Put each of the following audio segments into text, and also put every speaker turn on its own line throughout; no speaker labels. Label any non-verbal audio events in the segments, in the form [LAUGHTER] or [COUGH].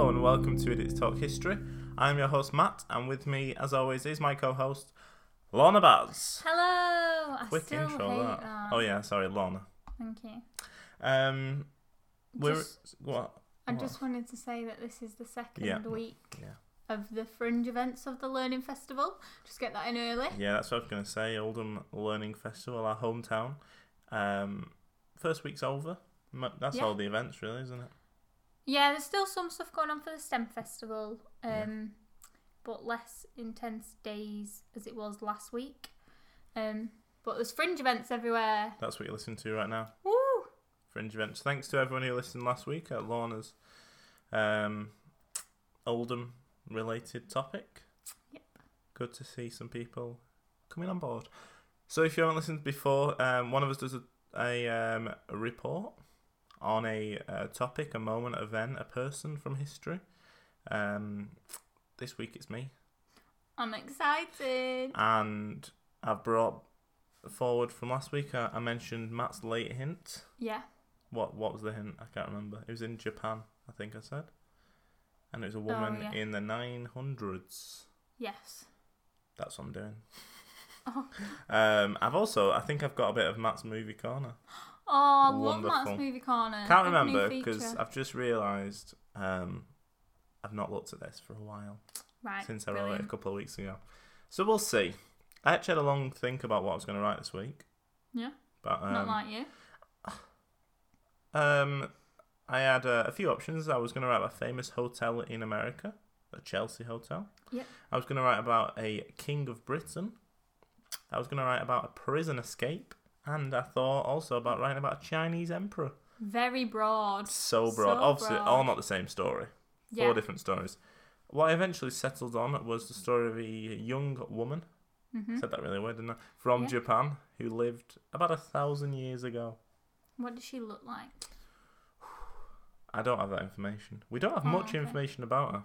to Idiots Talk History. I'm your host, Matt, and with me, as always, is my co host, Lorna Baz.
Hello. I
Quick
still
intro,
hate um,
that.
that.
Oh, yeah, sorry, Lorna.
Thank you.
Um, we're.
Just-
what?
I
What?
just wanted to say that this is the second
Oh. Yeah.
week
Yeah.
of the fringe events of the Learning Festival. Just get that in early.
Yeah, that's what I was going to say. Oldham Learning Festival, our hometown. Um, first week's over. Mo- That's
Yeah.
all the events, really, isn't it?
Yeah, there's still some stuff going on for the STEM Festival, um,
Yeah.
but less intense days as it was last week. Um, but there's fringe events everywhere.
That's what you're listening to right now.
Woo!
Fringe events. Thanks to everyone who listened last week at Lorna's um, Oldham related topic.
Yep.
Good to see some people coming on board. So, if you haven't listened before, um, one of us does a, a, um, a report on a, uh topic, a moment, event, a person from history. Um, this week it's me,
I'm excited.
and I've brought forward from last week. I, I mentioned Matt's late hint.
Yeah.
What what was the hint? I can't remember. It was in Japan, I think I said. And it was a woman
Oh, yeah.
in the nine hundreds.
Yes.
That's what I'm doing.
[LAUGHS] Oh.
Um, I've also I think I've got a bit of Matt's movie corner.
Oh, I love
Wonderful.
Matt's movie corner.
Can't
Good new
remember because
feature.
I've just realised um, I've not looked at this for a while
right,
since I wrote it a
brilliant.
couple of weeks ago. So we'll see. I actually had a long think about what I was going to write this week,
Yeah,
but um,
not like you.
Um, I had uh, a few options. I was going to write about a famous hotel in America, a Chelsea hotel.
Yep.
I was going to write about a king of Britain. I was going to write about a prison escape, and I thought also about writing about a Chinese emperor.
Very broad.
So
So
broad, obviously,
broad.
all not the same story.
Yeah.
Four different stories. What I eventually settled on was the story of a young woman.
Mhm.
Said that really weird, didn't I? From
Yeah.
Japan, who lived about a thousand years ago.
What does she look like?
I don't have that information. We don't have
Oh,
much
okay.
information about her.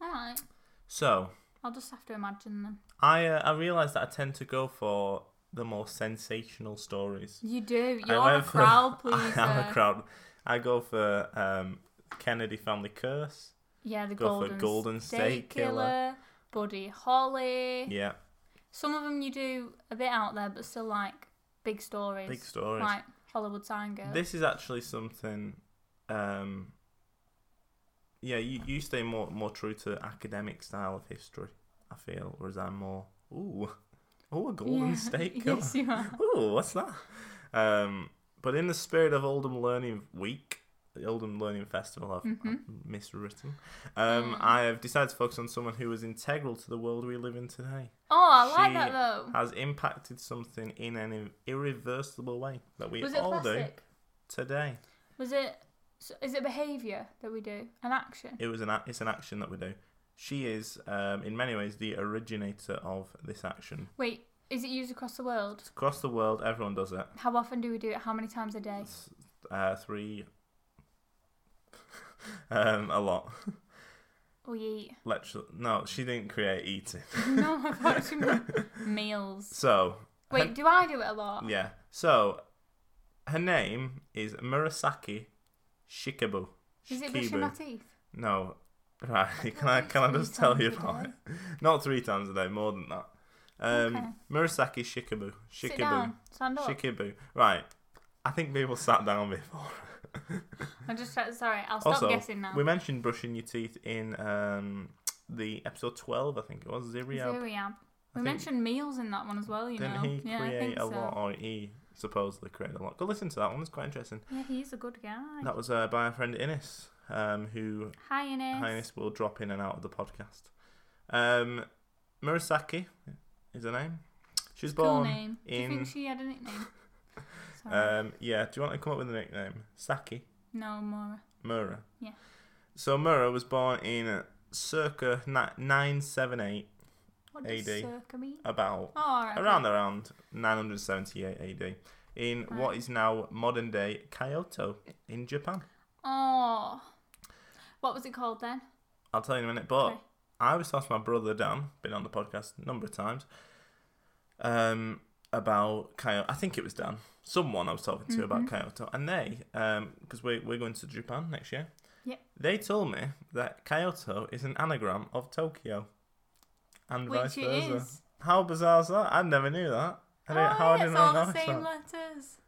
All right,
So
I'll just have to imagine them.
I uh, I realised that I tend to go for the more sensational stories.
You do.
I
You're a
went for- [LAUGHS]
crowd
I
pleaser.
am a crowd. I go for um, Kennedy family curse.
Yeah, the
Go for
golden,
Golden State Killer.
Buddy Holly.
Yeah,
Some of them you do a bit out there, but still like big stories.
big stories.
Like Hollywood Sign Girl.
This is actually something. Um, yeah, you, you stay more more true to academic style of history. I feel, whereas I'm more ooh, [LAUGHS] oh a Golden
Yeah.
State Killer.
[LAUGHS] yes, you are.
Ooh, what's that? Um, but in the spirit of Oldham Learning Week, the Oldham Learning Festival, I've, I've miswritten. Um,
Mm-hmm. Mm.
I have decided to focus on someone who is integral to the world we live in today.
Oh, I like
She
that though.
Has impacted something in an irreversible way that we
Was it
all do
plastic?
today.
Was it? so- Is it behaviour that we do? An action?
It was an ac it's an action that we do. She is, um, in many ways, the originator of this action.
Wait, is it used across the world?
Across the world, everyone does it.
How often do we do it? How many times a day?
S- Uh, three, [LAUGHS] um, a lot.
We eat.
lecture. No, she didn't create eating.
No, [LAUGHS] I've actually not- meals.
So
Wait, do I do it a lot?
yeah. So her name is Murasaki Shikabu.
Is it brushing my teeth?
No. Right. [LAUGHS] Can I can I
three
just tell
times
you
a
about
day.
it? Not three times a day. More than that. Um,
Okay.
Murasaki Shikabu.
[LAUGHS] Sit
Shikabu.
down. Stand up.
Shikabu. Right. I think people sat down before.
I'm just try- sorry. I'll stop
also,
guessing now.
we mentioned brushing your teeth in um, the episode twelve. I think it was Ziryab.
Zuriab. We
think-
mentioned meals in that one as well. You
Didn't
know.
he
yeah, I
create
think
a
so.
lot, or he supposedly created a lot? Go listen to that one; it's quite interesting.
Yeah, he's a good guy.
That was uh, by our friend Innes, um, who
Hi, Ines.
Highness will drop in and out of the podcast. Um, Murasaki is her name. She was
Cool
born
name. Do you
in.
think she had
[LAUGHS]
a nickname? sorry.
Um, yeah, do you want to come up with a nickname? Saki
no, Maura.
Mura.
Yeah.
So Mura was born in circa ni- nine seven eight,
What does
AD.
circa mean?
about
Oh, all right, okay.
around around 978 AD in what
Right.
is now modern day Kyoto in Japan.
Oh. What was it called then?
I'll tell you in a minute, but
Okay.
I was talking to my brother Dan, been on the podcast a number of times, um, about Kyoto. I think it was
Mm-hmm.
um, Dan, someone I was talking to about Kyoto, and they, because we we're going to Japan next year,
Yep.
They told me that Kyoto is an anagram of Tokyo, and vice
Which it
versa.
is.
How bizarre is that? I never knew that. I
Oh,
didn't, how I
yeah,
didn't
it's all the
notice that.
same letters.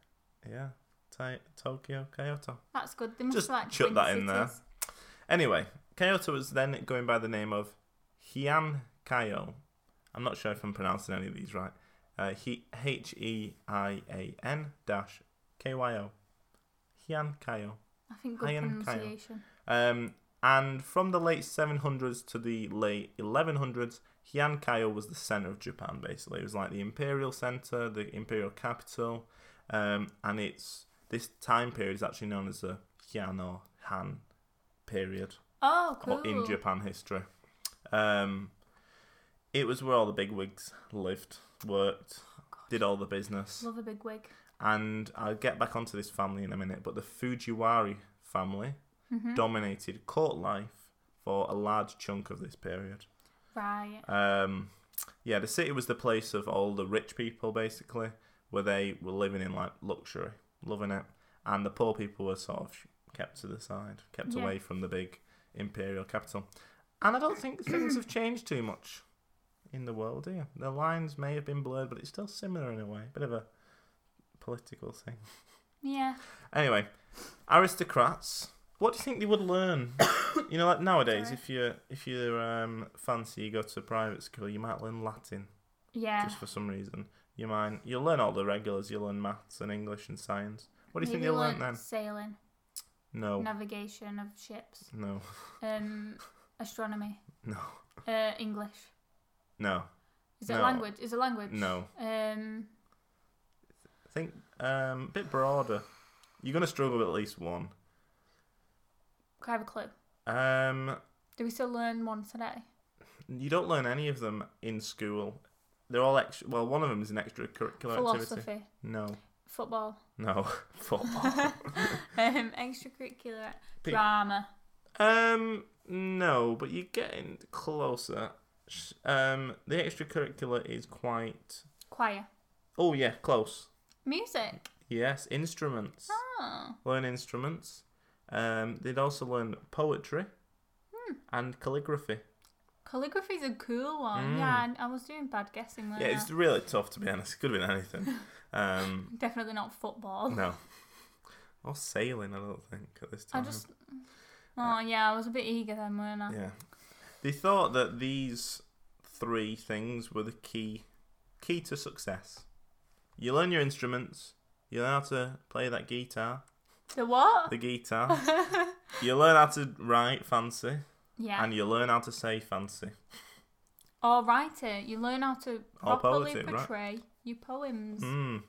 Yeah, Ti- Tokyo, Kyoto.
That's good. They must
Just
like
chuck
twin
that in there.
cities.
Anyway, Kyoto was then going by the name of Heian Kaio. I'm not sure if I'm pronouncing any of these right. Uh, he- H E I A N dash K Y O. Heian Kaio.
I think good
High and Kyle.
pronunciation.
Um, and from the late 700s to the late 1100s, Hiankayo was the center of Japan, basically. It was like the imperial center, the imperial capital. Um, and it's this time period is actually known as the Heian or Han period
Oh, cool.
or in Japan history. Um, it was where all the bigwigs lived, worked, did all the business
Love a big wig.
and I'll get back onto this family in a minute, but the Fujiwari family dominated court life for a large chunk of this period.
Right.
Um, yeah, the city was the place of all the rich people, basically, where they were living in like luxury, loving it, and the poor people were sort of kept to the side, kept
Yeah.
away from the big imperial capital. And I don't think things have changed too much in the world, do you? The lines may have been blurred, but it's still similar in a way, bit of a political thing.
Yeah.
Anyway, aristocrats. What do you think they would learn? [COUGHS] you know, like nowadays,
Sorry.
if you if you um, fancy you go to private school, you might learn Latin
Yeah.
just for some reason. You might you'll learn all the regulars. You'll learn maths and English and science. What do you think
Maybe
they'll learn
learn
then? Oh.
Sailing,
No,
navigation of ships,
no,
um, astronomy,
no,
uh, English.
no,
Is it
No.
language? Is it language?
no.
Um,
Think um, a bit broader. You're gonna struggle with at least one.
can I have a clue?
Um,
Do we still learn one today?
you don't learn any of them in school. They're all extra. Well, one of them is an extracurricular activity.
Philosophy,
No,
football, [LAUGHS]
no, [LAUGHS] football.
um, extracurricular,
Pe-
drama.
Um, no, but you're getting closer. Sh- Um, the extracurricular is quite.
Choir.
Oh yeah, close.
Music.
Yes, instruments.
Oh.
Learn instruments. Um, they'd also learn poetry
Hmm.
and calligraphy.
Uh-huh. Calligraphy's a cool one. Yeah, I, I was doing bad guessing there.
Mm. Yeah, it's really tough to be honest. It could have been anything. Um,
Definitely not football. [LAUGHS]
no. Or sailing, I don't think at this
I
time. [LAUGHS]
just. Oh yeah, I was a bit eager then, weren't I?
Yeah. They thought that these three things were the key key to success. You learn your instruments, you learn how to play that guitar,
The what?
the
[LAUGHS]
guitar. you learn how to write fancy
yeah.
and you learn how to say fancy.
or writer. You learn how to
Or
properly
poetry, right.
portray your poems.
Mm.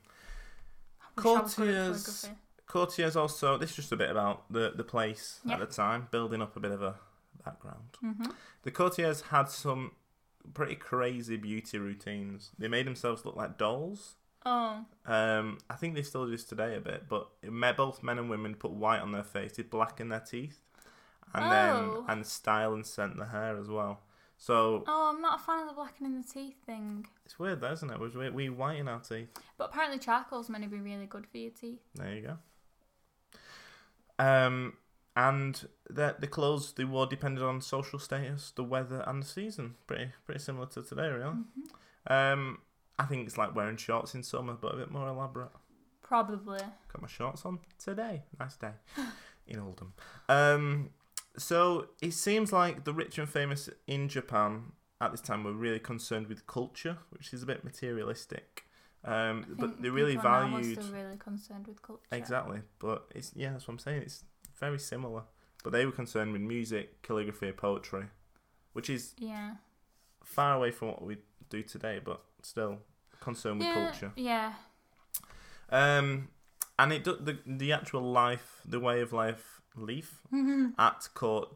Mm-hmm.
I wish I was good at
Courtiers.
calligraphy.
Courtiers also this is just a bit about the, the place
Yeah.
at the time, building up a bit of a background.
Mm-hmm.
The courtiers had some pretty crazy beauty routines. They made themselves look like dolls.
Oh,
Um, I think they still do this today a bit, but me- both men and women put white on their face, did blacken their teeth, and
Oh.
then and style and scent the hair as well. So
oh, I'm not a fan of the blackening the teeth thing.
it's weird, though, isn't it? We we whiten our teeth.
But apparently, charcoal's meant to be really good for your teeth.
There you go. Um, and the the clothes they wore depended on social status, the weather, and the season. Pretty pretty similar to today, really. Um, I think it's like wearing shorts in summer, but a bit more elaborate.
Probably.
Got my shorts on today. Nice
[LAUGHS]
day in Oldham. Um, so it seems like the rich and famous in Japan at this time were really concerned with culture, which is a bit materialistic.
I
Um,
think
but they really
people now are
valued
still really concerned with culture.
exactly. But it's yeah, that's what I'm saying. It's very similar. But they were concerned with music, calligraphy, poetry, which is
Yeah.
far away from what we do today, but still concerned with
yeah.
culture.
Yeah.
Um, and it do- the the actual life, the way of life, leaf
Mm-hmm.
at court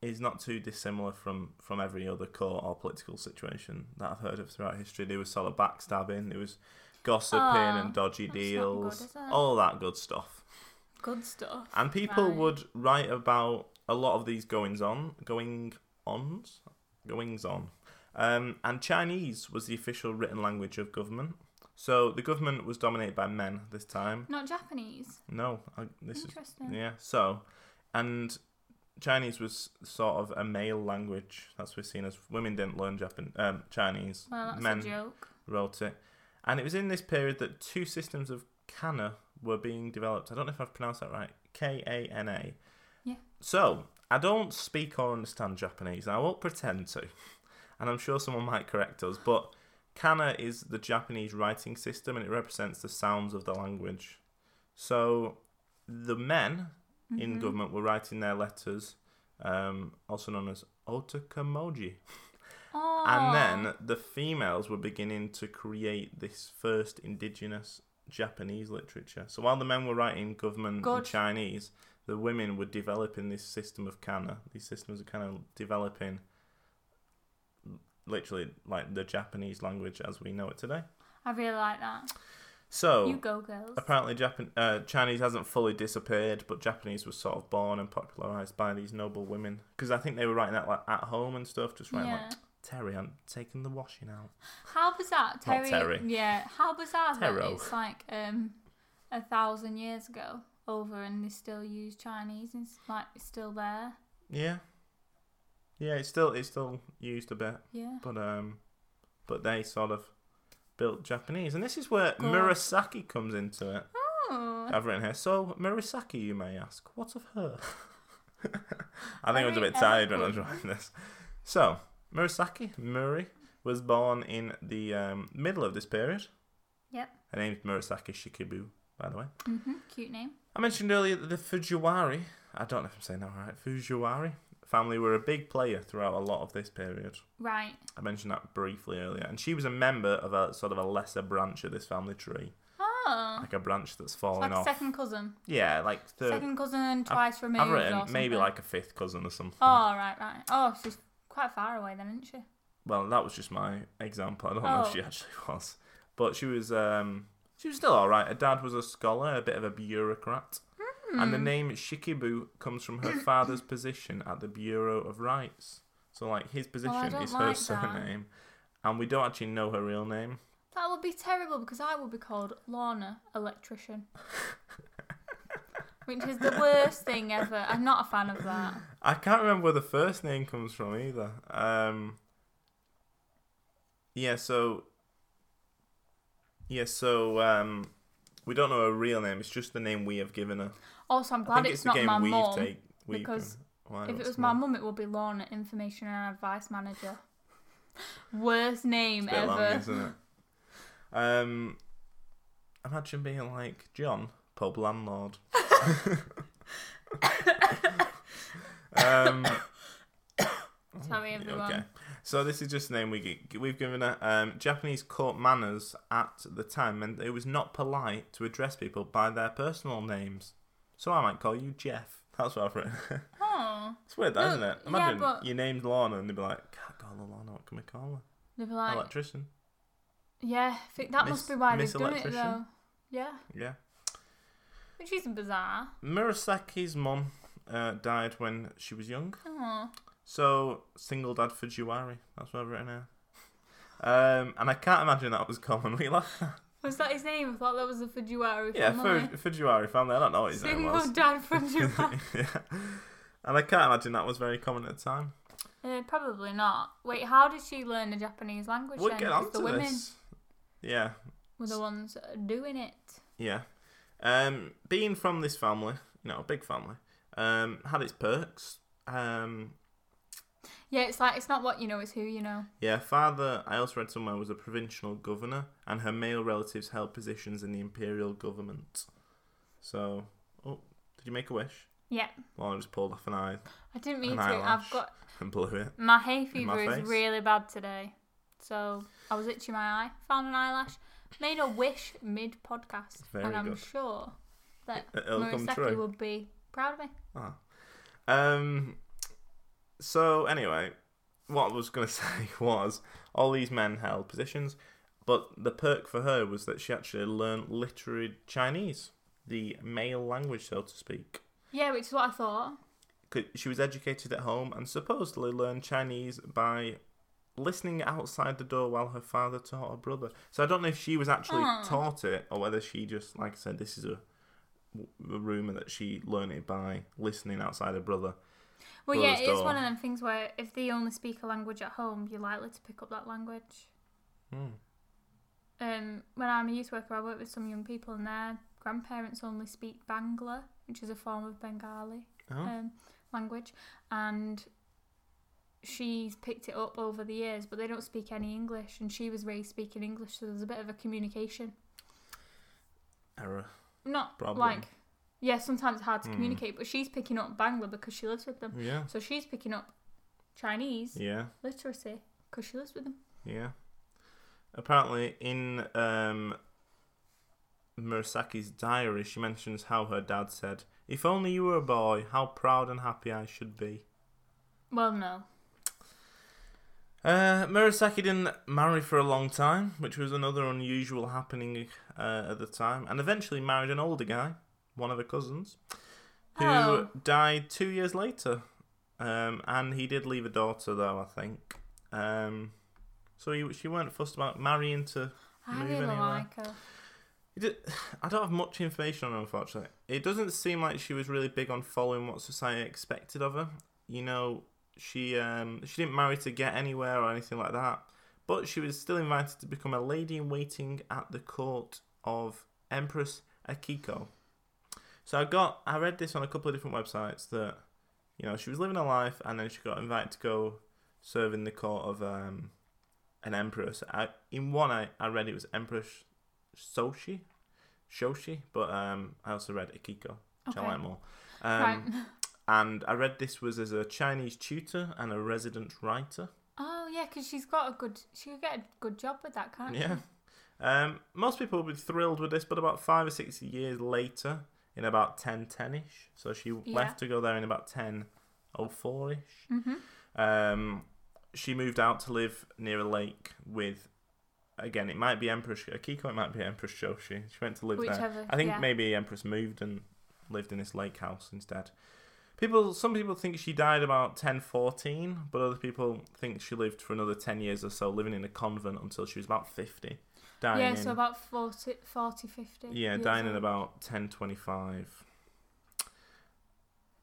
is not too dissimilar from from every other court or political situation that I've heard of throughout history. There was sort of backstabbing, there was gossiping
Aw,
and dodgy
that's not good,
deals,
is it?
all that good stuff.
Good stuff.
And people
Right.
would write about a lot of these goings on, going ons, goings on. Um, and Chinese was the official written language of government. So the government was dominated by men this time.
Not Japanese.
No, I, this is
Interesting.
yeah. So, and Chinese was sort of a male language. That's what we've seen as women didn't learn Japan, um, Chinese.
Well, that's
Men
a joke.
wrote it. And it was in this period that two systems of kana were being developed. I don't know if I've pronounced that right. K A N A.
Yeah.
So, I don't speak or understand Japanese, and I won't pretend to. [LAUGHS] And I'm sure someone might correct us, but kana is the Japanese writing system and it represents the sounds of the language. So, the men in government were writing their letters, um, also known as otakomoji.
Oh.
And then the females were beginning to create this first indigenous Japanese literature. So while the men were writing government in
Good.
Chinese, the women were developing this system of kana. These systems are kind of developing literally like the Japanese language as we know it today.
I really like that.
So
You go, girls.
apparently Japan uh, Chinese hasn't fully disappeared, but Japanese was sort of born and popularized by these noble women because I think they were writing that like at home and stuff, just writing
Yeah.
like Terry, I'm taking the washing out.
How bizarre, Terry.
Terry.
Yeah. How bizarre that
Taro.
it's like um a thousand years ago over, and they still use Chinese and it's like it's still there.
Yeah. Yeah, it's still it's still used a bit,
Yeah.
but um, but they sort of built Japanese, and this is where
Cool.
Murasaki comes into it.
Oh.
I've written here. So Murasaki, you may ask, what of her? [LAUGHS] I think I was a
Very
bit tired when I was
eloquent.
writing this. So Murasaki Murray was born in the um, middle of this period.
Yep.
Her name's Murasaki Shikibu, by the way.
hmm Cute name.
I mentioned earlier that the Fujiwari, I don't know if I'm saying that right, Fujiwari family were a big player throughout a lot of this period.
Right.
I mentioned that briefly earlier. And she was a member of a sort of a lesser branch of this family tree,
Oh.
like a branch that's
It's
fallen
like a
off.
second cousin.
yeah, like third.
Second cousin, twice removed.
I've
or
written
something.
maybe like a fifth cousin or something.
Oh right, right. Oh, she's quite far away then, isn't she?
Well, that was just my example. I don't know if
Oh.
she actually [LAUGHS] was. But she was um she was still alright. Her dad was a scholar, a bit of a bureaucrat. And the
Hmm.
name Shikibu comes from
[COUGHS]
her father's position at the Bureau of Rights. So like his position
Oh, don't
is her
like that.
surname. And we don't actually know her real name.
That would be terrible because I would be called Lorna Electrician. Which is the worst thing ever. I'm not a fan of that.
I can't remember where the first name comes from either. Um, yeah, so yeah, so um, we don't know her real name. It's just the name we have given her.
Also, I'm
I
glad
think
it's,
it's, the
not
game
my
we've
mum.
take. We've
because
why
If it
what's
was
the
my
name?
mum, it would be Lorna Information and Advice Manager. Worst name
It's a bit long,
ever.
isn't it? Um, imagine being like John, pub
[LAUGHS]
landlord.
[COUGHS]
um,
Sorry,
Yeah,
everyone.
[COUGHS] Okay. So this is just the name we gi- we've given her. Um, Japanese court manners at the time meant that it was not polite to address people by their personal names. So I might call you Jeff. That's what I've written. [LAUGHS]
Oh,
it's weird, that,
No,
isn't it?
yeah,
Imagine
but-
you named Lorna and they'd be like, "Can't call her Lorna. What can we call her?
they'd be like,
Electrician."
yeah, I think that must
Miss-
be why
Miss
they've done it
Electrician?
though. Yeah,
Yeah.
which is bizarre.
Murasaki's mum uh, died when she was young.
Oh,
So single dad for Juwari. That's what I've written here. Um, and I can't imagine that was common. [LAUGHS] We laugh.
was that his name? I thought that was a Fujiwara
Yeah,
family.
Fuj- Fujiwara family. I don't know what
[LAUGHS]
his name
Single
was.
dad
[LAUGHS]
Fujiwara.
yeah. And I can't imagine that was very common at the time.
uh, probably not. Wait, how did she learn the Japanese language?
we'll
then?
get
'Cause
on to
the women
this. Yeah,
were the ones doing it.
yeah. Um, being from this family, you know, a big family, um, had its perks. Um,
Yeah, it's like it's not what you know, it's who you know.
yeah, father, I also read somewhere, was a provincial governor, and her male relatives held positions in the imperial government. So, oh, did you make a wish?
Yeah,
Lauren just pulled off an eye
I didn't mean
An
to.
eyelash.
I've got
and blew it. [LAUGHS]
my hay
my
fever is
face.
really bad today, so I was itching my eye, found an eyelash, made a wish mid podcast,
Very
and I'm
good.
sure that
It'll come
Murasaki
true.
would be proud of me.
Ah. Um. So anyway, what I was going to [LAUGHS] say was all these men held positions, but the perk for her was that she actually learned literary Chinese, the male language, so to speak.
Yeah, which is what I thought.
'Cause She was educated at home and supposedly learned Chinese by listening outside the door while her father taught her brother. So I don't know if she was actually
Oh.
taught it or whether she just, like I said, this is a, a rumor that she learned it by listening outside her brother.
Well, yeah,
Brother's
it's
door.
one of them things where if they only speak a language at home, you're likely to pick up that language.
Hmm.
Um, when I'm a youth worker, I work with some young people, and their grandparents only speak Bangla, which is a form of Bengali
Oh.
um, language, and she's picked it up over the years, but they don't speak any English, and she was raised speaking English, so there's a bit of a communication.
Error.
Not
Problem.
like, yeah, sometimes it's hard to
Hmm.
communicate, but she's picking up Bangla because she lives with them,
Yeah.
so she's picking up Chinese
Yeah.
literacy because she lives with them.
Yeah. Apparently, in um, Murasaki's diary, she mentions how her dad said, If only you were a boy, how proud and happy I should be.
Well, no,
Uh, Murasaki didn't marry for a long time, which was another unusual happening uh, at the time, and eventually married an older guy, one of her cousins, who
Oh.
died two years later. Um, and he did leave a daughter, though, I think. Um, so he, she weren't fussed about marrying to
I
Move
really
anywhere.
like her.
It di- [SIGHS] I don't have much information on her, unfortunately. It doesn't seem like she was really big on following what society expected of her. You know, she um, she didn't marry to get anywhere or anything like that, but she was still invited to become a lady in waiting at the court of Empress Akiko. So I got I read this on a couple of different websites that you know she was living her life and then she got invited to go serve in the court of um, an empress. I, in one I, I read it was Empress Soshi, Shoshi, but um, I also read Akiko, which I
Okay.
like more. Um,
right.
And I read this was as a Chinese tutor and a resident writer.
Oh yeah, because she's got a good. She could get a good job with that, can't
Yeah.
she?
Um, most people would be thrilled with this, but about five or six years later, in about 1010 ish, so she
Yeah.
left to go there in about 1004 ish,
Mm-hmm.
um, she moved out to live near a lake with, again, it might be Empress Akiko, it might be Empress Shoshi. She went to live there.
Whichever.
I think
yeah.
maybe Empress moved and lived in this lake house instead. People, some people think she died about 1014, but other people think she lived for another 10 years or so, living in a convent until she was about 50. Dying
Yeah,
in,
so about 40, 40 50.
yeah,
years
dying in
old.
about 1025.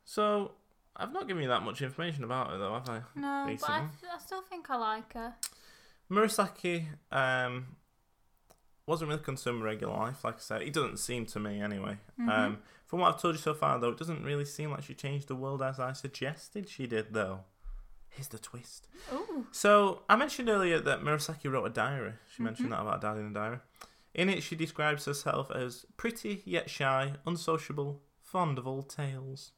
So I've not given you that much information about her though, have I?
No, but I,
Basically.
I still think I like her.
Murasaki um, wasn't really concerned with regular life, like I said. It doesn't seem to me, anyway.
Mm-hmm.
Um, from what I've told you so far, though, it doesn't really seem like she changed the world as I suggested she did, though. Here's the twist.
Ooh.
So, I mentioned earlier that Murasaki wrote a diary. She
Mm-hmm.
mentioned that about her dad in a diary. In it, she describes herself as pretty yet shy, unsociable, fond of all tales.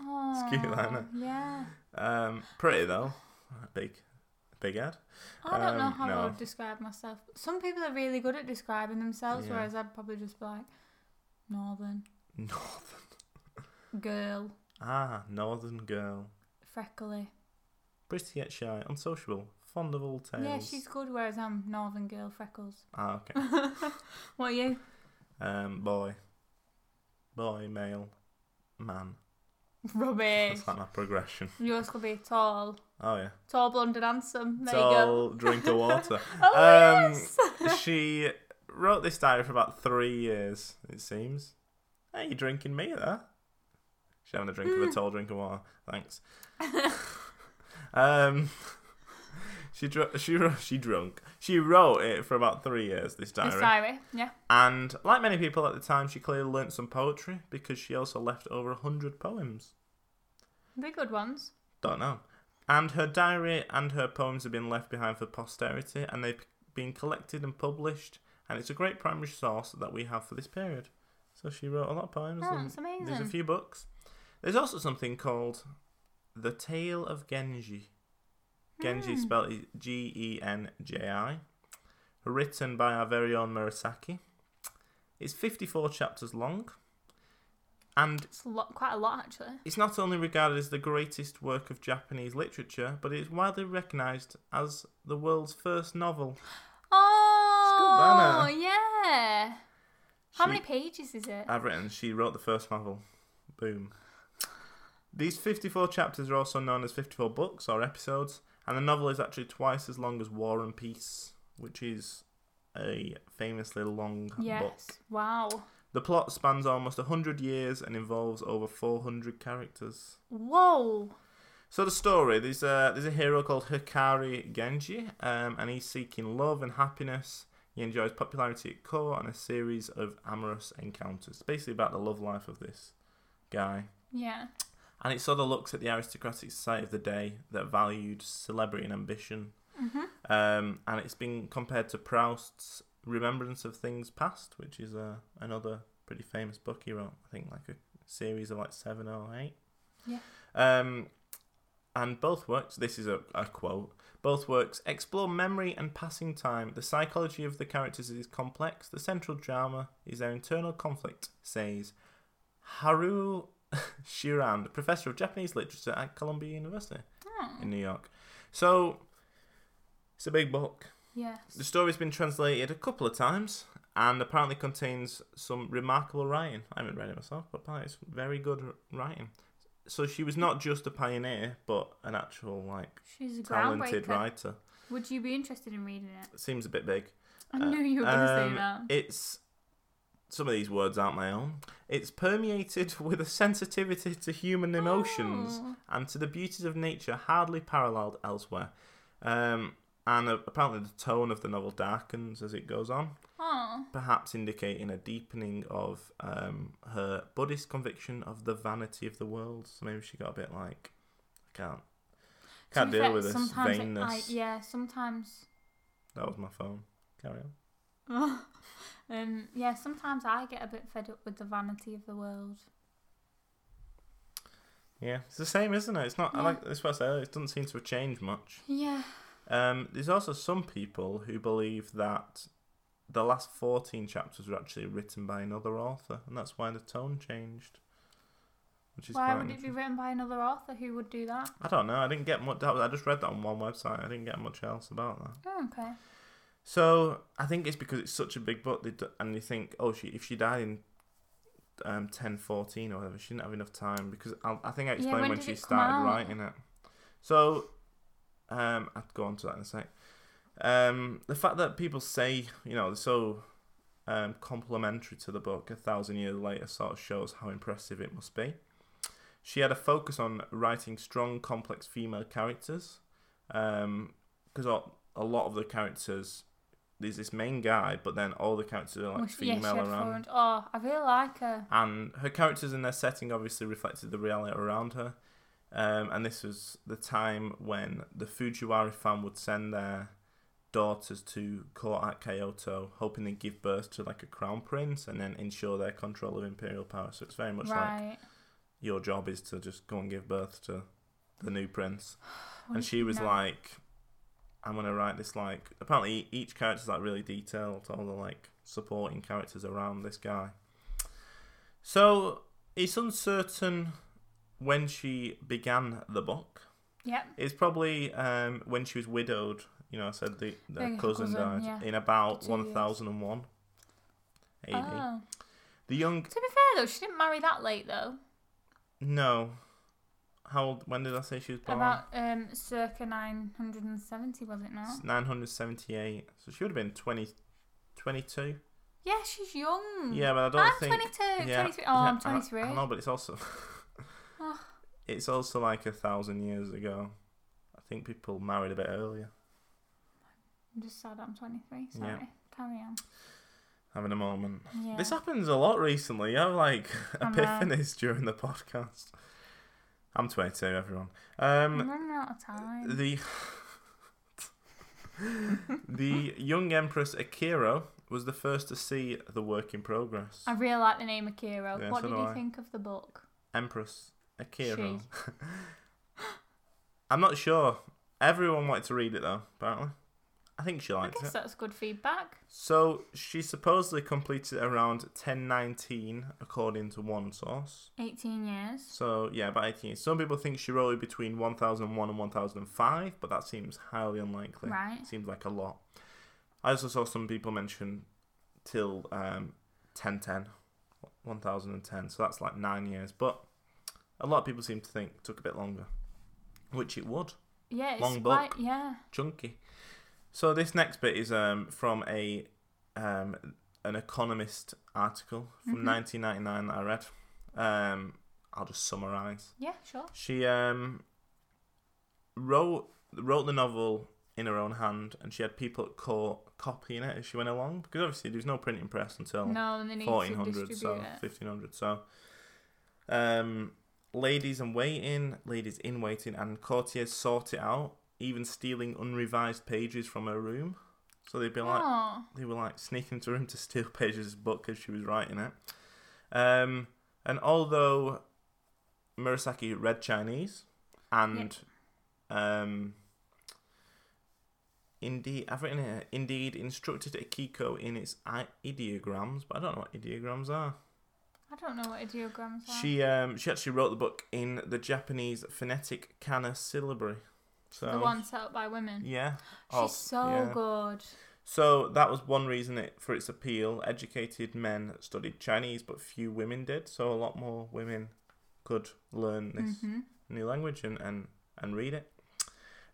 Oh.
cute, isn't it?
Yeah.
Um, pretty, though. Big, big ad.
I don't know
Um,
how
no.
I would describe myself. Some people are really good at describing themselves,
Yeah.
whereas I'd probably just be like, northern,
Northern. [LAUGHS]
girl,
Ah, Northern girl.
freckly.
Pretty yet shy, unsociable, fond of all tales.
Yeah, she's good, whereas I'm northern girl, freckles.
Ah, okay.
[LAUGHS] What are you?
Um, boy. Boy, male, man.
Rubbish.
[LAUGHS] That's like my progression.
Yours could be tall,
Oh, yeah.
tall, blonde, and handsome. There you go.
Tall, drink
[LAUGHS]
of water.
Oh
um, [LAUGHS]
yes.
she wrote this diary for about three years, it seems. Hey, you drinking me there? She's having a drink of a tall drink of water. Thanks. um, she, dr- she, wr- she drunk. She wrote it for about three years, this
Miss Diary. Yeah.
And like many people at the time, she clearly learnt some poetry because she also left over a hundred poems.
The good ones.
Don't know. And her diary and her poems have been left behind for posterity, and they've been collected and published. And it's a great primary source that we have for this period. So she wrote a lot of poems.
Oh,
and
that's amazing.
There's a few books. There's also something called "The Tale of Genji." Genji
Hmm.
spelled G E N J I, written by our very own Murasaki. It's 54 chapters long, and
It's a lot, quite a lot actually.
it's not only regarded as the greatest work of Japanese literature, but it is widely recognised as the world's first novel.
Oh,
banner.
yeah. How
She-
many pages is it?
I've written, she wrote the first novel. Boom. These 54 chapters are also known as 54 books or episodes, and the novel is actually twice as long as War and Peace, which is a famously long
yes.
book.
Wow.
The plot spans almost 100 years and involves over 400 characters.
Whoa.
So the story there's a there's a hero called Hikari Genji, um, and he's seeking love and happiness. He enjoys popularity at court and a series of amorous encounters. It's basically about the love life of this guy,
Yeah.
and it sort of looks at the aristocratic society of the day that valued celebrity and ambition.
Mhm.
Um, and it's been compared to Proust's Remembrance of Things Past, which is uh, another pretty famous book he wrote. I think like a series of like seven or eight.
Yeah.
Um, and both works. This is a, a quote. Both works explore memory and passing time. The psychology of the characters is complex. The central drama is their internal conflict, says Haru Shiran, professor of Japanese literature at Columbia University
Oh.
in New York. So it's a big book. The
Yes.
story's been translated a couple of times and apparently contains some remarkable writing. I haven't read it myself, but apparently it's very good r- writing. So she was not just a pioneer, but an actual like
She's a
talented
groundbreaker.
writer.
Would you be interested in reading it?
It seems a bit big.
I
Uh,
knew you were going to
um,
say that.
It's some of these words aren't my own. It's permeated [LAUGHS] with a sensitivity to human emotions
Oh.
and to the beauties of nature hardly paralleled elsewhere. Um, and uh, apparently, the tone of the novel darkens as it goes on,
Oh.
perhaps indicating a deepening of um, her Buddhist conviction of the vanity of the world. So maybe she got a bit like, I can't,
To
can't
be
deal
fair,
with this
sometimes it-
vainness.
I, yeah, sometimes. [LAUGHS]
That was my phone. Carry on.
um, yeah, sometimes I get a bit fed up with the vanity of the world.
Yeah, it's the same, isn't it? It's not. I
Yeah.
like this. What I said. earlier, It doesn't seem to have changed much.
Yeah.
Um, there's also some people who believe that the last 14 chapters were actually written by another author, and that's why the tone changed. Which is
Why
quite
would it be
interesting.
written by another author? Who would do that?
I don't know. I didn't get much. That was, I just read that on one website. I didn't get much else about that.
Oh, okay.
So I think it's because it's such a big book, they d- and they think, oh, she if she died in um, 10, 14 or whatever, she didn't have enough time because I, I think I
Yeah,
explained
when
when,
did
she
it come out?
started writing it. So um, I'll go on to that in a sec. Um, the fact that people say, you know, they're so um, complimentary to the book a thousand years later sort of shows how impressive it must be. She had a focus on writing strong, complex female characters because a a lot of the characters, there's this main guy, but then all the characters are like
Well, she- yeah,
female
she had
around.
foreign- Oh, I really like her.
And her characters and their setting obviously reflected the reality around her. Um, and this was the time when the Fujiwara fan would send their daughters to court at Kyoto, hoping they'd give birth to like a crown prince and then ensure their control of imperial power. So it's very much like
right.
your job is to just go and give birth to the new prince
Well,
and she was
no.
like, "I'm gonna write this like." Apparently, e, each character's like really detailed, all the like supporting characters around this guy. So it's uncertain when she began the book.
Yep.
It's probably um, when she was widowed. You know, I said the, the
Big
cousin,
cousin,
died
yeah.
in about
Two years.
one thousand and one AD.
Oh.
The young
To be fair, though, she didn't marry that late, though.
no. How old? When did I say she was born?
About um, circa 970, was it not?
It's 978. So she would have been 20, 22.
Yeah, she's young.
Yeah, but I don't
Hmm. I'm
think.
22.
yeah,
23. Oh, I'm
yeah, I-
23.
I know, but it's also.
[LAUGHS] Oh.
it's also like a thousand years ago. I think people married a bit earlier,
I'm just sad I'm 23.
Yeah.
Sorry. Carry on.
having a moment.
Yeah.
This happens a lot recently. You have like
[LAUGHS] I know.
epiphanies during the podcast. I'm 22, everyone. Um,
I'm running out of time.
the [LAUGHS]
[LAUGHS]
the young empress Akira was the first to see the work in progress.
I really like the name Akira.
Yeah,
what
so
did
do
you
I.
think of the book?
Empress Akira.
She.
[LAUGHS] I'm not sure. Everyone wanted to read it though, apparently. I think she
I
liked
guess
it.
that's good feedback.
So she supposedly completed it around 1019, according to one source.
18 years.
So yeah, about 18. Some people think she wrote it between 1001 and 1005, but that seems highly unlikely.
Right.
Seems like a lot. I also saw some people mention till um, 1010, 1010. So that's like nine years. But a lot of people seem to think it took a bit longer, which it would.
Yeah, it's
Long
quite, yeah.
Chunky. So this next bit is um, from a um, an Economist article from
Mhm.
1999 that I read. Um, I'll just summarise.
Yeah, sure.
She um wrote wrote the novel in her own hand, and she had people at court copying it as she went along because obviously there was no printing press until
No, and they need to
1400
distribute
Um, so
it.
1500 so um ladies in waiting ladies in waiting and courtiers sort it out even stealing unrevised pages from her room so they'd be like
Aw.
they were like sneaking into her room to steal [LAUGHS] pages of his book as she was writing it um and although murasaki read chinese and um Indeed, I've written here. Indeed, instructed Akiko in its i- ideograms, but I don't know what ideograms are.
I don't know what ideograms are.
She um she actually wrote the book in the Japanese phonetic kana syllabary. So
the one set up by women.
yeah, um, Oh,
She's so
yeah.
good.
So that was one reason it, for its appeal. Educated men studied Chinese, but few women did. So a lot more women could learn this
hmm
new language and, and, and read it.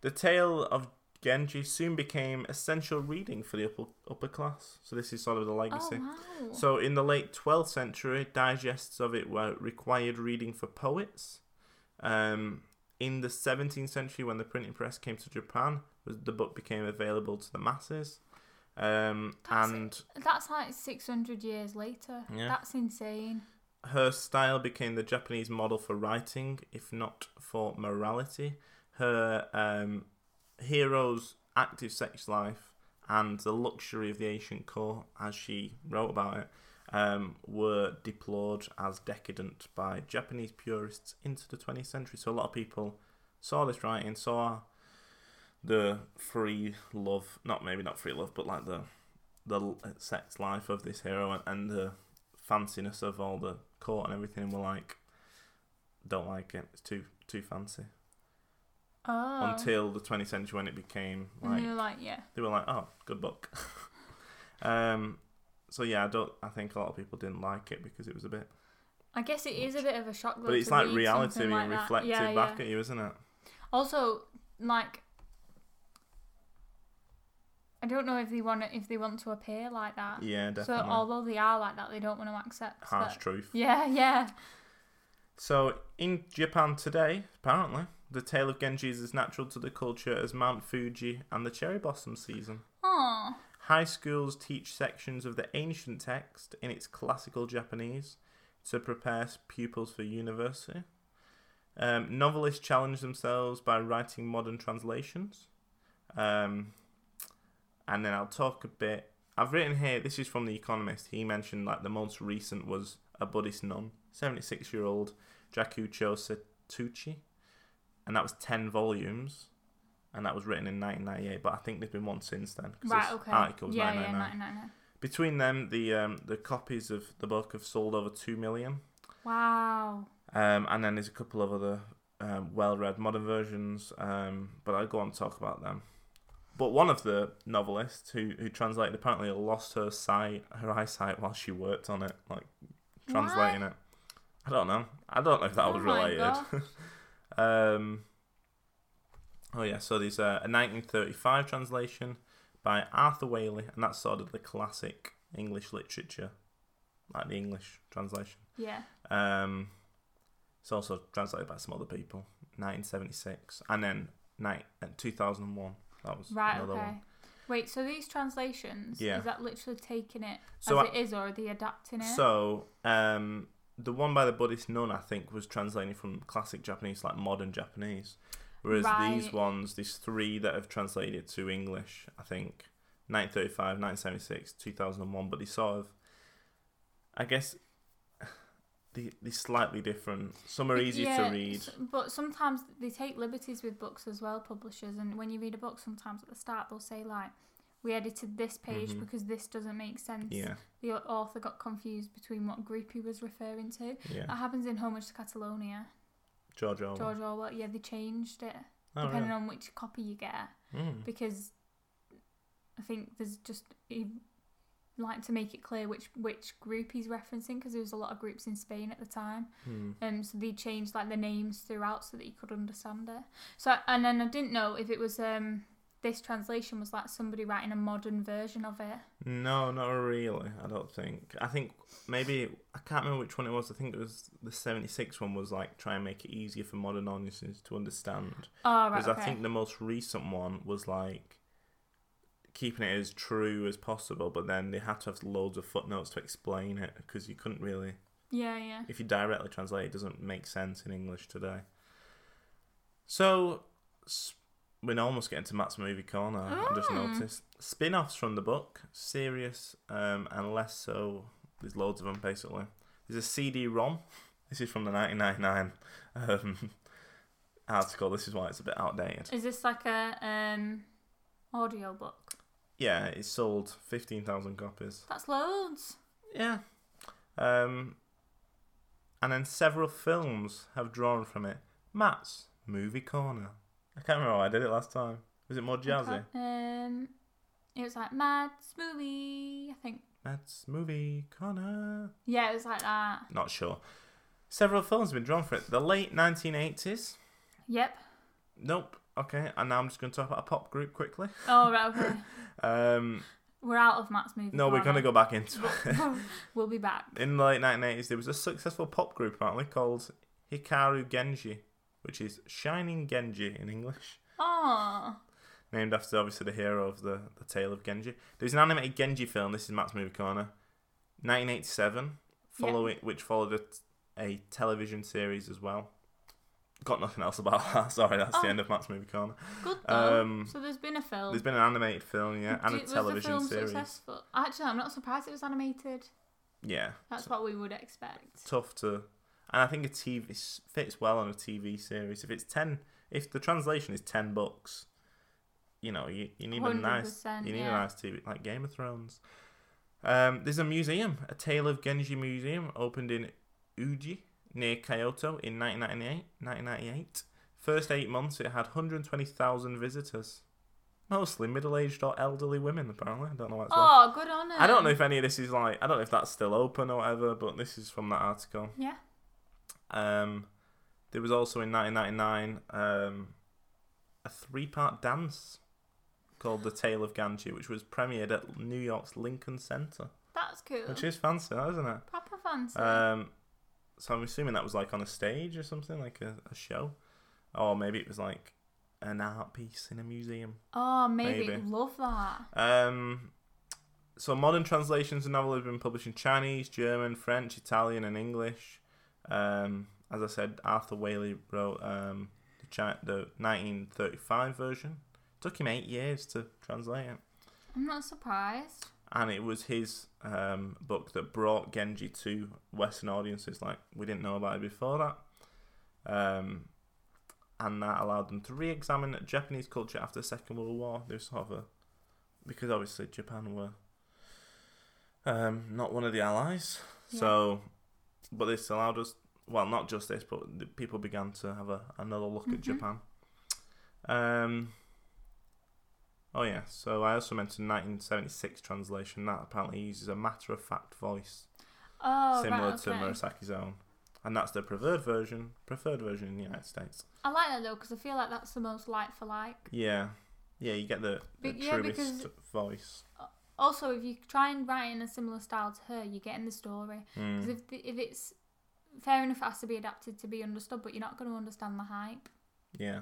The tale of Genji soon became essential reading for the upper, upper class. So this is sort of the
Oh
legacy.
wow.
So in the late 12th century, digests of it were required reading for poets. Um, in the 17th century, when the printing press came to Japan, was- the book became available to the masses. Um,
That's it.
and
That's like 600 years later.
Yeah.
That's insane.
her style became the Japanese model for writing, if not for morality. Her um, hero's active sex life and the luxury of the ancient court, as she wrote about it, um, were deplored as decadent by Japanese purists into the 20th century. So a lot of people saw this writing, saw the free love, not maybe not free love, but like the the l- sex life of this hero and, and the fanciness of all the court and everything, and were like, don't like it. It's too too fancy.
Oh.
Until the 20th century, when it became
and
like
you're like, yeah.
they were like, "Oh, good book." [LAUGHS] um, so yeah, I don't. I think a lot of people didn't like it because it was a bit.
I guess it is a bit of a shock. though,
But it's
to
like
read
reality
something
being
like that.
reflected
yeah,
back
Yeah.
at you, isn't it?
Also, like, I don't know if they want to, if they want to appear like that.
Yeah, definitely.
Uh, So although they are like that, they don't want to accept.
Harsh
that.
truth.
Yeah, yeah.
So in Japan today, apparently, the tale of Genji is as natural to the culture as Mount Fuji and the cherry blossom season.
Oh,
High schools teach sections of the ancient text in its classical Japanese to prepare pupils for university. Um, novelists challenge themselves by writing modern translations. Um, and then I'll talk a bit. I've written here, this is from The Economist. He mentioned like the most recent was a Buddhist nun, 76 year old Jakucho Satuchi. And that was 10 volumes. And that was written in 1998, but I think there's been one since then. 'cause
right.
this
Okay.
Article was
yeah, yeah.
999.
999.
Between them, the um, the copies of the book have sold over two million,
Wow.
um, and then there's a couple of other um, well-read modern versions, um, but I'll go on to talk about them. But one of the novelists who, who translated apparently lost her sight, her eyesight while she worked on it, like translating it. I don't know. I don't know if that
Oh
was
my
related. [LAUGHS] um, oh yeah, so there's a, a 1935 translation by Arthur Whaley, and that's sort of the classic English literature, like the English translation.
Yeah.
Um, it's also translated by some other people. 1976, and then uh, night 2001. That was
Right.
another
okay.
one.
Wait. So these translations.
Yeah.
Is that literally taking it
So
as
I-
it is, or are they adapting it?
So, um, the one by the Buddhist nun, I think, was translated from classic Japanese, like modern Japanese. Whereas these
Right.
ones, these three that have translated to English, I think, 1935, 1976, 2001, but they sort of, I guess, [SIGHS] they, they're slightly different. Some are
But
easy
yeah,
to read.
s- But sometimes they take liberties with books as well, publishers. And when you read a book, sometimes at the start they'll say like, "We edited this page
Mhm.
because this doesn't make sense."
Yeah,
The au- author got confused between what group he was referring to.
yeah.
That happens in Homage to Catalonia.
George Orwell.
George Orwell. Yeah, they changed it
Oh,
depending
really?
on which copy you get
Mm.
because I think there's just he like to make it clear which which group he's referencing because there was a lot of groups in Spain at the time.
Mm.
Um, so they changed like the names throughout so that you could understand it. So and then I didn't know if it was um this translation was like somebody writing a modern version of it.
No, not really. I don't think. I think maybe I can't remember which one it was. I think it was the '76 one was like try and make it easier for modern audiences to understand.
Oh, right.
Because
Okay.
I think the most recent one was like keeping it as true as possible, but then they had to have loads of footnotes to explain it because you couldn't really.
yeah, yeah.
If you directly translate, it doesn't make sense in English today. So s- we're almost getting to Matt's movie corner. I just
Mm.
noticed spin-offs from the book, serious um, and less so. There's loads of them basically. There's a CD-ROM. This is from the 1999 um, [LAUGHS] article. This is why it's a bit outdated.
Is this like a um audio book?
Yeah, it sold 15,000 copies.
That's loads.
Yeah. Um, and then several films have drawn from it. Matt's Movie Corner. I can't remember how I did it last time. Was it more jazzy?
Um, it was like Mad Smoothie, I think.
Matt's Movie Corner.
Yeah, it was like that.
Not sure. Several films have been drawn from it. The late 1980s.
Yep.
Nope. Okay, and now I'm just going to talk about a pop group quickly.
Oh
[LAUGHS]
right, okay.
Um,
We're out of Matt's movie.
no, we're going to go back into it.
go. [LAUGHS] we'll be back.
In the late 1980s, there was a successful pop group apparently called Hikaru Genji, which is Shining Genji in English.
Oh,
named after obviously the hero of the, the Tale of Genji. There's an animated Genji film. This is Matt's movie corner, 1987,
Yeah.
following which followed a, a television series as well. Got nothing else about [LAUGHS] that. Sorry, that's the
Oh.
end of Matt's movie corner.
good though.
Um,
so there's been a film.
There's been an animated film, yeah, and
Do-
a television
was the film
series.
successful? Actually, I'm not surprised it was animated.
Yeah,
That's what we would expect.
tough to, and I think a TV s- fits well on a TV series. If it's ten, if the translation is ten bucks, you know, you, you need a nice
100%,
You need
yeah.
a nice TV, like Game of Thrones. Um, there's a museum, a Tale of Genji Museum, opened in Uji, near Kyoto in 1998. 1998. First eight months, it had 120,000 visitors. Mostly middle aged or elderly women, apparently. I don't know why it's wrong.
Oh, good on
I don't know
them.
if any of this is like, I don't know if that's still open or whatever, but this is from that article.
Yeah.
Um, there was also in 1999 um, a three part dance called The Tale of Ganji, which was premiered at New York's Lincoln Center,
That's cool.
which is fancy, that, isn't it?
Proper fancy.
Um, so I'm assuming that was like on a stage or something, like a, a show. Or maybe it was like an art piece in a museum.
oh, maybe.
maybe.
Love that.
Um, so modern translations of the novel have been published in Chinese, German, French, Italian, and English. Um, as I said, Arthur Whaley wrote um, the, chi- the 1935 version. took him eight years to translate it,
I'm not surprised.
and it was his um, book that brought Genji to Western audiences. Like we didn't know about it before that. Um, and that allowed them to re-examine Japanese culture after the Second World War. There was sort of a because obviously Japan were um, not one of the allies,
Yeah.
so but this allowed us well not just this, but the people began to have a, another look at
Mhm.
Japan. Um, oh yeah, so I also mentioned 1976 translation that apparently uses a matter of fact voice
Oh,
similar
right,
to
okay.
Murasaki's own. And that's the preferred version, preferred version in the United States.
I like that though because I feel like that's the most like for like.
Yeah, yeah, you get the, the
But yeah,
truest voice.
Also, if you try and write in a similar style to her, you get in the story.
Mm.
'Cause if the, if it's fair enough, it has to be adapted to be understood, but you're not going to understand the hype.
Yeah.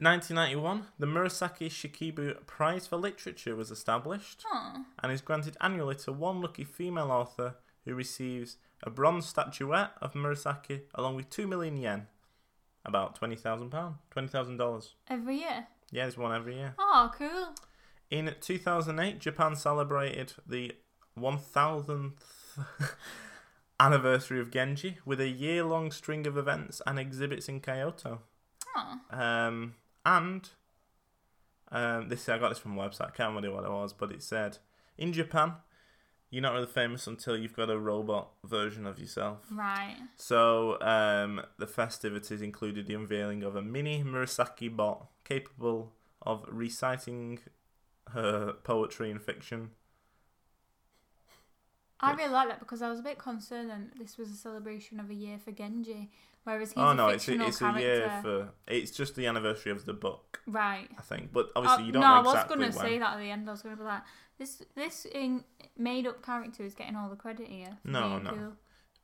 1991, the Murasaki Shikibu Prize for Literature was established
Oh,
and is granted annually to one lucky female author who receives a bronze statuette of Murasaki along with 2 million yen, about £20,000, $20,000.
every year.
Yeah, there's one every year.
Oh, cool.
In 2008, Japan celebrated the 1000th [LAUGHS] anniversary of Genji with a year long string of events and exhibits in Kyoto.
Oh,
Um, and um, this I got this from a website. I can't remember what it was, but it said in Japan, you're not really famous until you've got a robot version of yourself.
right.
So um, the festivities included the unveiling of a mini Murasaki bot capable of reciting her poetry and fiction.
I really like that because I was a bit concerned that this was a celebration of a year for Genji, whereas he's
oh
a
no, it's a,
fictional
it's a
character.
year for. It's just the anniversary of the book,
Right.
I think. But obviously,
Oh,
you don't
no,
know
I was
exactly
gonna
when.
say that at the end. I was gonna be like, this this in, made up character is getting all the credit here. for
No,
being
no.
cool.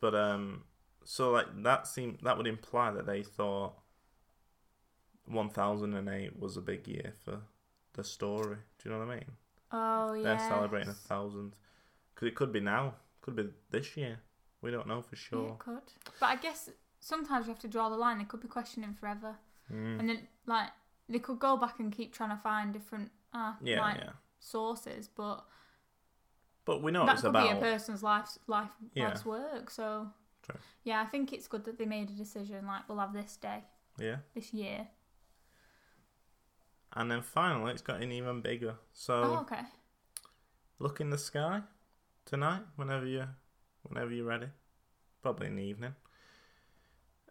But um, so like that seem that would imply that they thought one thousand and eight was a big year for the story. Do you know what I mean?
Oh yeah.
They're celebrating a thousand because it could be now, could be this year. We don't know for
Yeah,
sure.
it could. But I guess sometimes you have to draw the line. They could be questioning forever,
Mm.
and then like they could go back and keep trying to find different uh,
Yeah,
like
yeah.
sources, but
But we know
that
it's
could be a
about.
person's life's life
Yeah.
life's work. So
True.
yeah, I think it's good that they made a decision. Like we'll have this day
yeah.
this year.
And then finally, it's gotten even bigger. So
Oh, okay.
look in the sky tonight, whenever you, whenever you're ready, probably in the evening.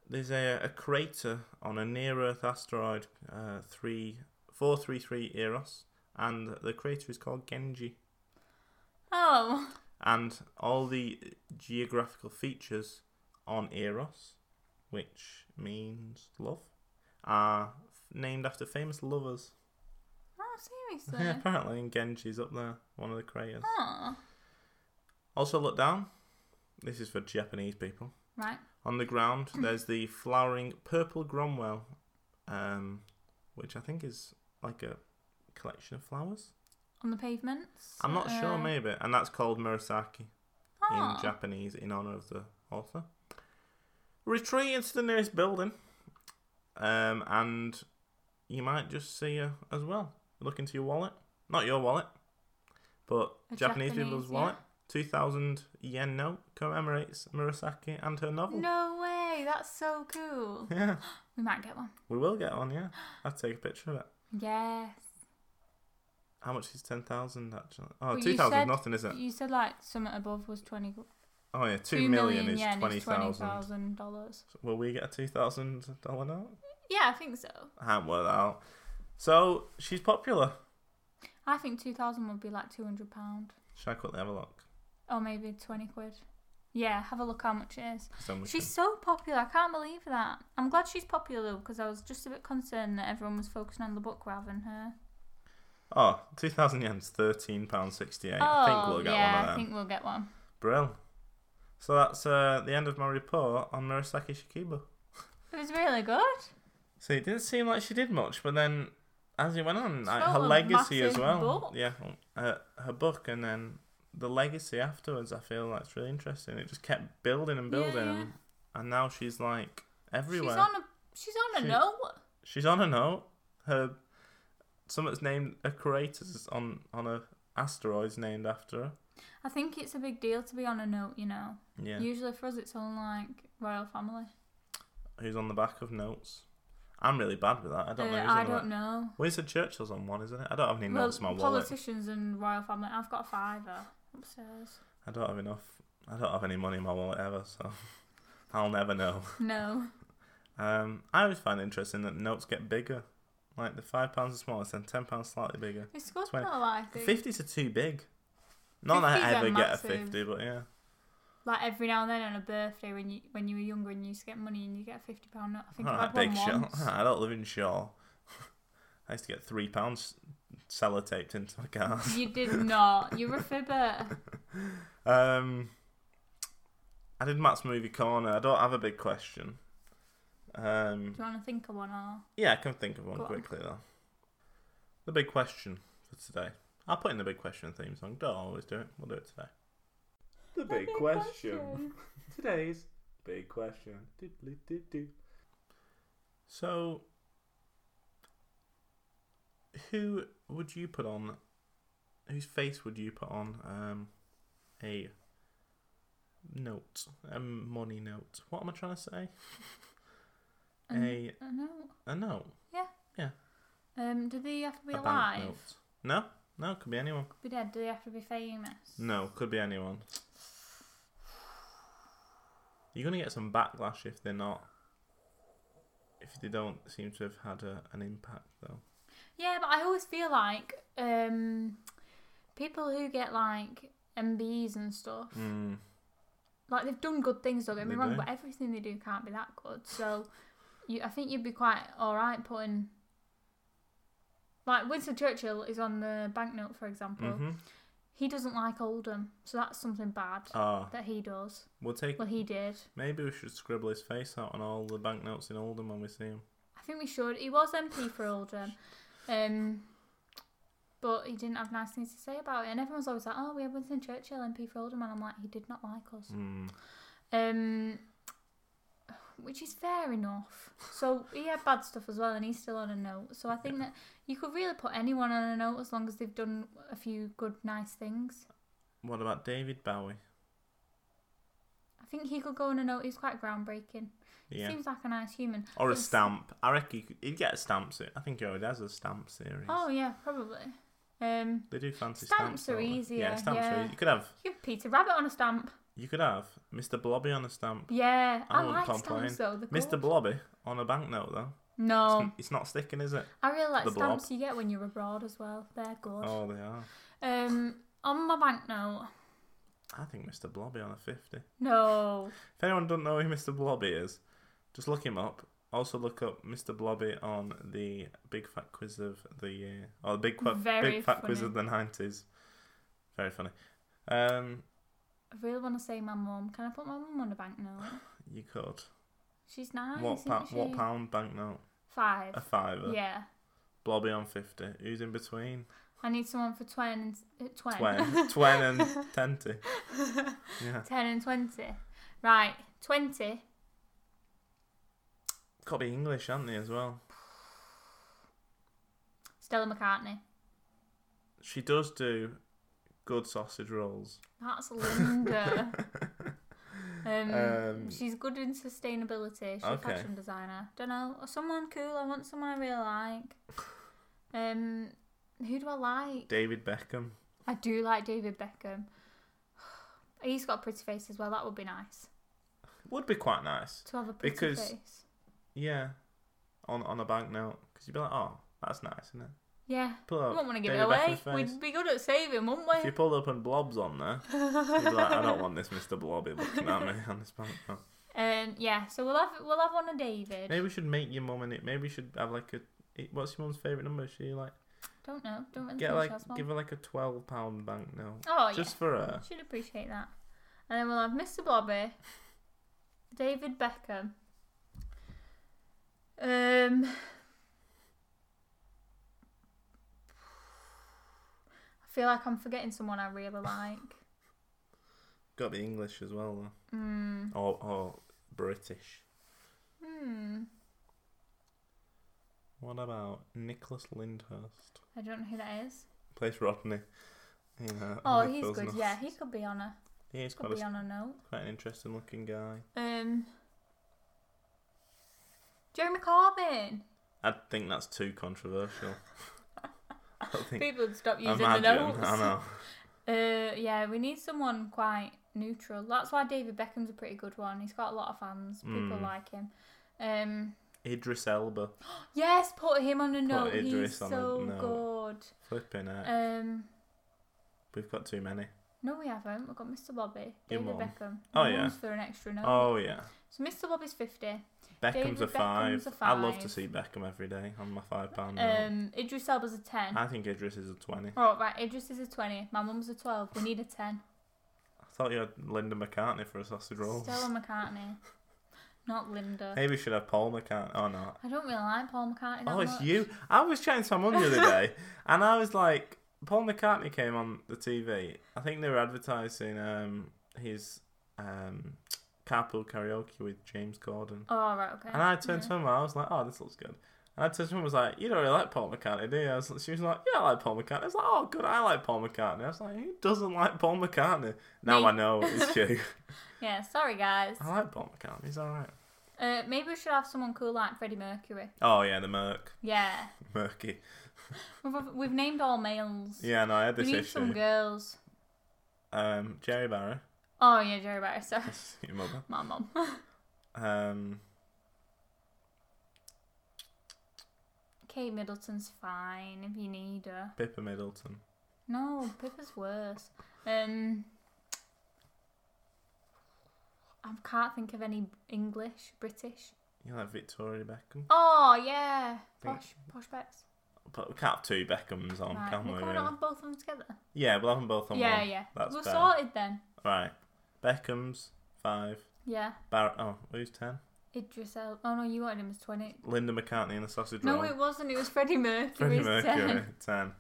There's a, a crater on a near-Earth asteroid, uh, three four three three Eros, and the crater is called Genji.
Oh, [LAUGHS]
and all the geographical features on Eros, which means love, are f- named after famous lovers. [LAUGHS]
oh seriously.
Yeah, apparently, and Genji's up there, one of the craters.
Oh,
Also, look down. This is for Japanese people.
right.
On the ground, there's the flowering purple gromwell, um, which I think is like a collection of flowers.
On the pavements.
I'm not sure,
Uh,
maybe. And that's called Murasaki.
oh.
in Japanese in honor of the author. Retreat into the nearest building, um, and you might just see her as well. Look into your wallet, not your wallet, but
A
Japanese,
Japanese,
people's
yeah.
wallet. Two thousand yen note commemorates Murasaki and her novel.
No way. That's so cool.
[LAUGHS] Yeah,
We might get one.
we will get one. Yeah, I'll take a picture of it.
Yes.
How much is ten thousand actually? Oh,
Well, you
two thousand,
said-
nothing, is it?
You said like something above was twenty.
Oh yeah, two
two
million,
yen
is twenty thousand.
thousand dollars.
Will we get a two thousand dollar note?
Yeah, I think so.
I haven't worked that out. So she's popular.
I think two thousand would be like two hundred pound,
Should I quickly have a look?
or maybe twenty quid. Yeah, have a look how much it is.
'Cause then we
She's so popular. I can't believe that. I'm glad she's popular because I was just a bit concerned that everyone was focusing on the book rather than
can-
her.
Oh, 2,000 yen's £13.68. I think we'll get
Oh, yeah,
one
I
of them.
think we'll get one.
Brill. So that's uh, the end of my report on Murasaki Shikibu.
It was really good.
So it didn't seem like she did much, but then as it went on,
She
like,
wrote
her
a
legacy as
massive
well.
book.
Yeah, her, her book and then the legacy afterwards, I feel that's really interesting. It just kept building and building,
Yeah, yeah.
And, and now she's like everywhere.
She's on a she's on a
She-
note.
She's on a note. Her someone's named a crater's on on a asteroid's named after her.
I think it's a big deal to be on a note. You know,
Yeah.
usually for us it's on like royal family.
Who's on the back of notes? I'm really bad with that. I don't know
Uh,
who's
I
on the
don't
back.
know.
Winston Churchill's on one, isn't it? I don't have any
Well,
notes in my wallet.
politicians and royal family. I've got a fiver
[LAUGHS]
upstairs.
I don't have enough. I don't have any money in my wallet ever, so [LAUGHS] I'll never know.
No.
Um, I always find it interesting that notes get bigger. Like the five pounds are smaller, then ten pounds slightly bigger.
It's good
Twenty-
though, I think.
Fifties are too big. Not that
50s
I
are
ever get a
massive.
fifty, but yeah.
Like every now and then on a birthday when you when you were younger and you used to get money and you get a fifty pound note. I think
Alright,
I've had
big
one
shot.
once.
I don't live in Shaw. [LAUGHS] I used to get three pounds sellotaped into my car. [LAUGHS]
You did not. You're a fibber.
Um, I did Matt's movie corner. I don't have a big question.
Do
Um,
you want to think of one or?
yeah, I can think of one
Go on.
quickly though. The big question for today. I'll put in the big question theme song. Don't always do it. We'll do it today. The big, question. Today's big question. Doodly-doo-doo. So, who would you put on? Whose face would you put on um, a note, a money note? What am I trying to say?
Um,
A
I know.
a note,
Um, do they have to be
a
alive?
bank note. No, no, it could be anyone.
Be dead? Do they have to be famous?
No, could be anyone. You're gonna get some backlash if they're not. If they don't seem to have had a, an impact, though.
Yeah, but I always feel like um, people who get like MBs and stuff.
Mm.
Like they've done good things, don't get me
They
wrong,
do.
but everything they do can't be that good. So, you, I think you'd be quite all right putting. Like Winston Churchill is on the banknote, for example.
Mm-hmm.
He doesn't like Oldham, so that's something bad
Ah,
that he does.
we'll take.
Well, he did.
Maybe we should scribble his face out on all the banknotes in Oldham when we see him.
I think we should. He was MP for Oldham, um, but he didn't have nice things to say about it. And everyone's always like, "Oh, we have Winston Churchill MP for Oldham," and I'm like, "He did not like us,"
Mm.
um, which is fair enough. So he had bad stuff as well, and he's still on a note. So I think that you could really put anyone on a note as long as they've done a few good, nice things.
What about David Bowie?
I think he could go on a note. He's quite groundbreaking. He
Yeah.
Seems like a nice human.
or a
Yes.
stamp. I reckon he could- he'd get a stamp se- I think he already has a stamp series.
Oh yeah, probably. Um,
They do fancy
Stamps
stamps.
are
don't they?
easier,
Yeah, stamps are
yeah.
easy. You could have
you have Peter Rabbit on a stamp.
you could have Mr. Blobby on a stamp.
Yeah,
I
I,
wouldn't
like
complain.
stamps though. they're
Mr.
good.
Blobby on a banknote though. It's,
No,
n- it's not sticking, is it?
I really like
the blob.
stamps you get when you're abroad as well. They're good.
Oh, they are.
Um, on my banknote,
I think Mr. Blobby on a fifty.
no.
If anyone doesn't know who Mr. Blobby is, just look him up. Also look up Mr. Blobby on the Big Fat Quiz of the Year. Or the Big, Qua-
Very
Big Fat Quiz
funny.
of the 90s. Very funny. Um,
I really want to say my mum. Can I put my mum on a banknote?
you could.
She's nice.
what,
isn't
pa-
she?
what pound banknote?
Five.
A fiver.
Yeah.
Blobby on 50. Who's in
[LAUGHS]
between?
I need someone for twen and uh, twen.
Twen. Twen and 10. Yeah.
[LAUGHS] Ten and twenty. Right, twenty.
Got to be English, haven't they, as well?
Stella McCartney.
She does do good sausage rolls.
That's Linda.
[LAUGHS]
um,
Um,
she's good in sustainability. She's a
okay.
fashion designer. Don't know. Or someone cool. I want someone I really like. Um, who do I like?
David Beckham.
I do like David Beckham. [SIGHS] He's got a pretty face as well. That would be nice
Would be quite nice.
to have a pretty
Because-
face.
Yeah, on on a banknote because you'd be like, oh, that's nice, isn't it?
Yeah,
Pull
we
up.
wouldn't want to give
David
it
Beckham's
away.
face.
[LAUGHS] We'd be good at saving, wouldn't
If
we?
you pulled up and blobs on there,
[LAUGHS]
you'd be like, I don't want this Mr. Blobby looking at me on this banknote.
Um, yeah. So we'll have we'll have one of David.
Maybe we should make your mum and it. Maybe we should have like a. it- What's your mum's favorite number? She like
Don't know. Don't really
get
think
like
she has one.
give her like a twelve pound banknote
Oh yeah.
just for her.
Should appreciate that. And then we'll have Mr. Blobby, David Beckham. Um, I feel like I'm forgetting someone I really like.
Got to be English as well
Hmm.
though, or or British.
Hmm.
What about Nicholas Lyndhurst?
I don't know who that is.
Plays Rodney. uh, You know,
Oh,
Nick
he's
Wilson.
good. Yeah, he could be on a
He is
could
quite,
be
a,
on a note.
quite an interesting looking guy.
Um, Jeremy Corbyn.
I think that's too controversial. [LAUGHS] I don't think.
People would stop using
Imagine,
the notes.
I know.
Uh, yeah, we need someone quite neutral. That's why David Beckham's a pretty good one. He's got a lot of fans. People
Mm.
like him. Um,
Idris Elba,
yes, put him on a note.
Idris
He's
on a
so
note. flipping it.
good. Um,
We've got too many.
no, we haven't. We've got Mr. Bobby,
Your
David
mum.
Beckham.
Oh,
My
yeah.
mum's for an extra note.
Oh yeah,
So Mr. Bobby's fifty.
Beckham's
uh,
a,
David
five.
Beckham's a
I love to
five.
see Beckham every day on my five pound note.
Um, Idris Elba's a ten.
I think Idris is a twenty.
Oh, right, Idris is a twenty. My mum's a twelve. We need a ten.
I thought you had Linda McCartney for a sausage roll.
Stella McCartney, not Linda.
Maybe we should have Paul McCartney. Oh no.
I don't really like Paul McCartney. That
Oh, it's
much.
you. I was chatting to someone the other
[LAUGHS]
day, and I was like, Paul McCartney came on the TV. I think they were advertising um, his um, carpool karaoke with James Gordon.
Oh, right, okay.
And I turned
Yeah.
to him and I was like, oh, this looks good. And I turned to him and was like, you don't really like Paul McCartney, do you? I was, she was like, yeah, I like Paul McCartney. I was like, oh, good, I like Paul McCartney. I was like, who doesn't like Paul McCartney? Now
Me.
I know it's you. [LAUGHS]
Yeah, sorry guys.
I like Paul McCartney, he's alright.
Uh, maybe we should have someone cool like Freddie Mercury.
Oh, yeah, the Merc.
Yeah,
Murky.
we've, we've named all males.
Yeah, no, I had
we
this
need some
issue.
girls.
Um, Jerry Barry,
Oh yeah, Jerry Barry. Sorry, [LAUGHS]
that's [LAUGHS] your mother.
my mum. [LAUGHS]
Um,
Kate Middleton's fine if you need her.
Pippa Middleton.
No, Pippa's worse. Um, I can't think of any English, British.
You like Victoria Beckham,
Oh yeah,
Think-
posh, posh bets.
but we can't have two Beckhams on,
right.
can we?
well, can we
really?
not have both of them together?
Yeah, we'll have them both on
yeah,
one.
yeah.
That's
We're
fair.
sorted then.
Right, Beckhams five.
Yeah.
Bar- oh, who's ten?
Idris El. Oh no, you wanted him as twenty.
Linda McCartney and the Sausage
No,
Roll.
it wasn't. It was Freddie Mercury.
[LAUGHS] Freddie
was
Mercury
10.
ten.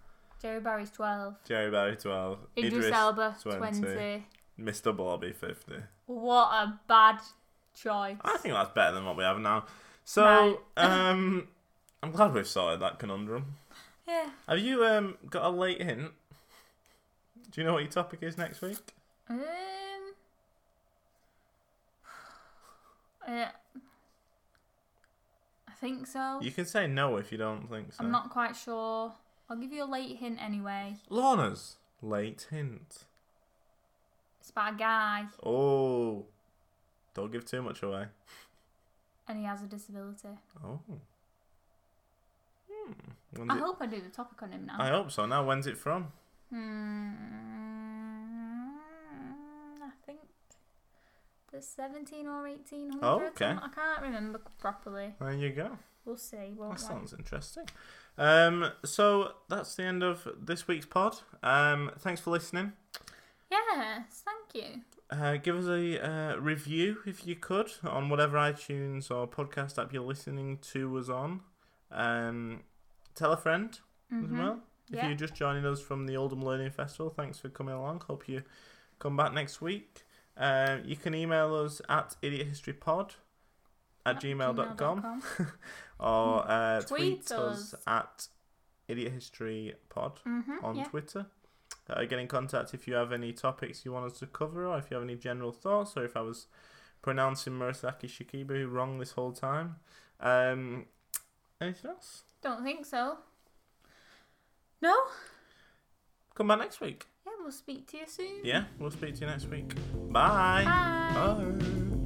Jerry Barry's twelve.
Jerry Barry twelve.
Idris, Elba
20.
twenty.
Mr. Blobby fifty.
What a bad choice.
I think that's better than what we have now. So, [LAUGHS]
[LAUGHS]
um, I'm glad we've sorted that conundrum.
Yeah.
Have you um got a late hint? Do you know what your topic is next week?
Um. [SIGHS] Uh, I think so.
You can say no if you don't think so.
I'm not quite sure. I'll give you a late hint anyway.
Lorna's late hint.
It's about a guy
Oh, don't give too much away.
and he has a disability.
Oh. Hmm. When's
I
it-
hope I do the topic on him now.
I hope so. Now, when's it from?
Hmm, I think the 17 or 1800.
Oh, okay.
I can't remember properly.
There you go.
We'll see. Won't
That
we?
sounds interesting. Um, so that's the end of this week's pod. Um, thanks for listening.
Yes, thank you.
Uh, give us a uh, review if you could on whatever iTunes or podcast app you're listening to us on. Um, tell a friend as
Mhm.
well. If
Yeah.
you're just joining us from the Oldham Learning Festival, thanks for coming along. Hope you come back next week. Uh, you can email us at idiothistorypod at gmail.com or uh, tweet,
Tweet
us
us.
at idiothistorypod
Mm-hmm.
on
yeah.
Twitter. Uh, get in contact if you have any topics you want us to cover, or if you have any general thoughts, or if I was pronouncing Murasaki Shikibu wrong this whole time. Um, anything else?
Don't think so. No?
Come back next week.
Yeah, we'll speak to you soon.
Yeah, we'll speak to you next week.
Bye.
Bye. Bye.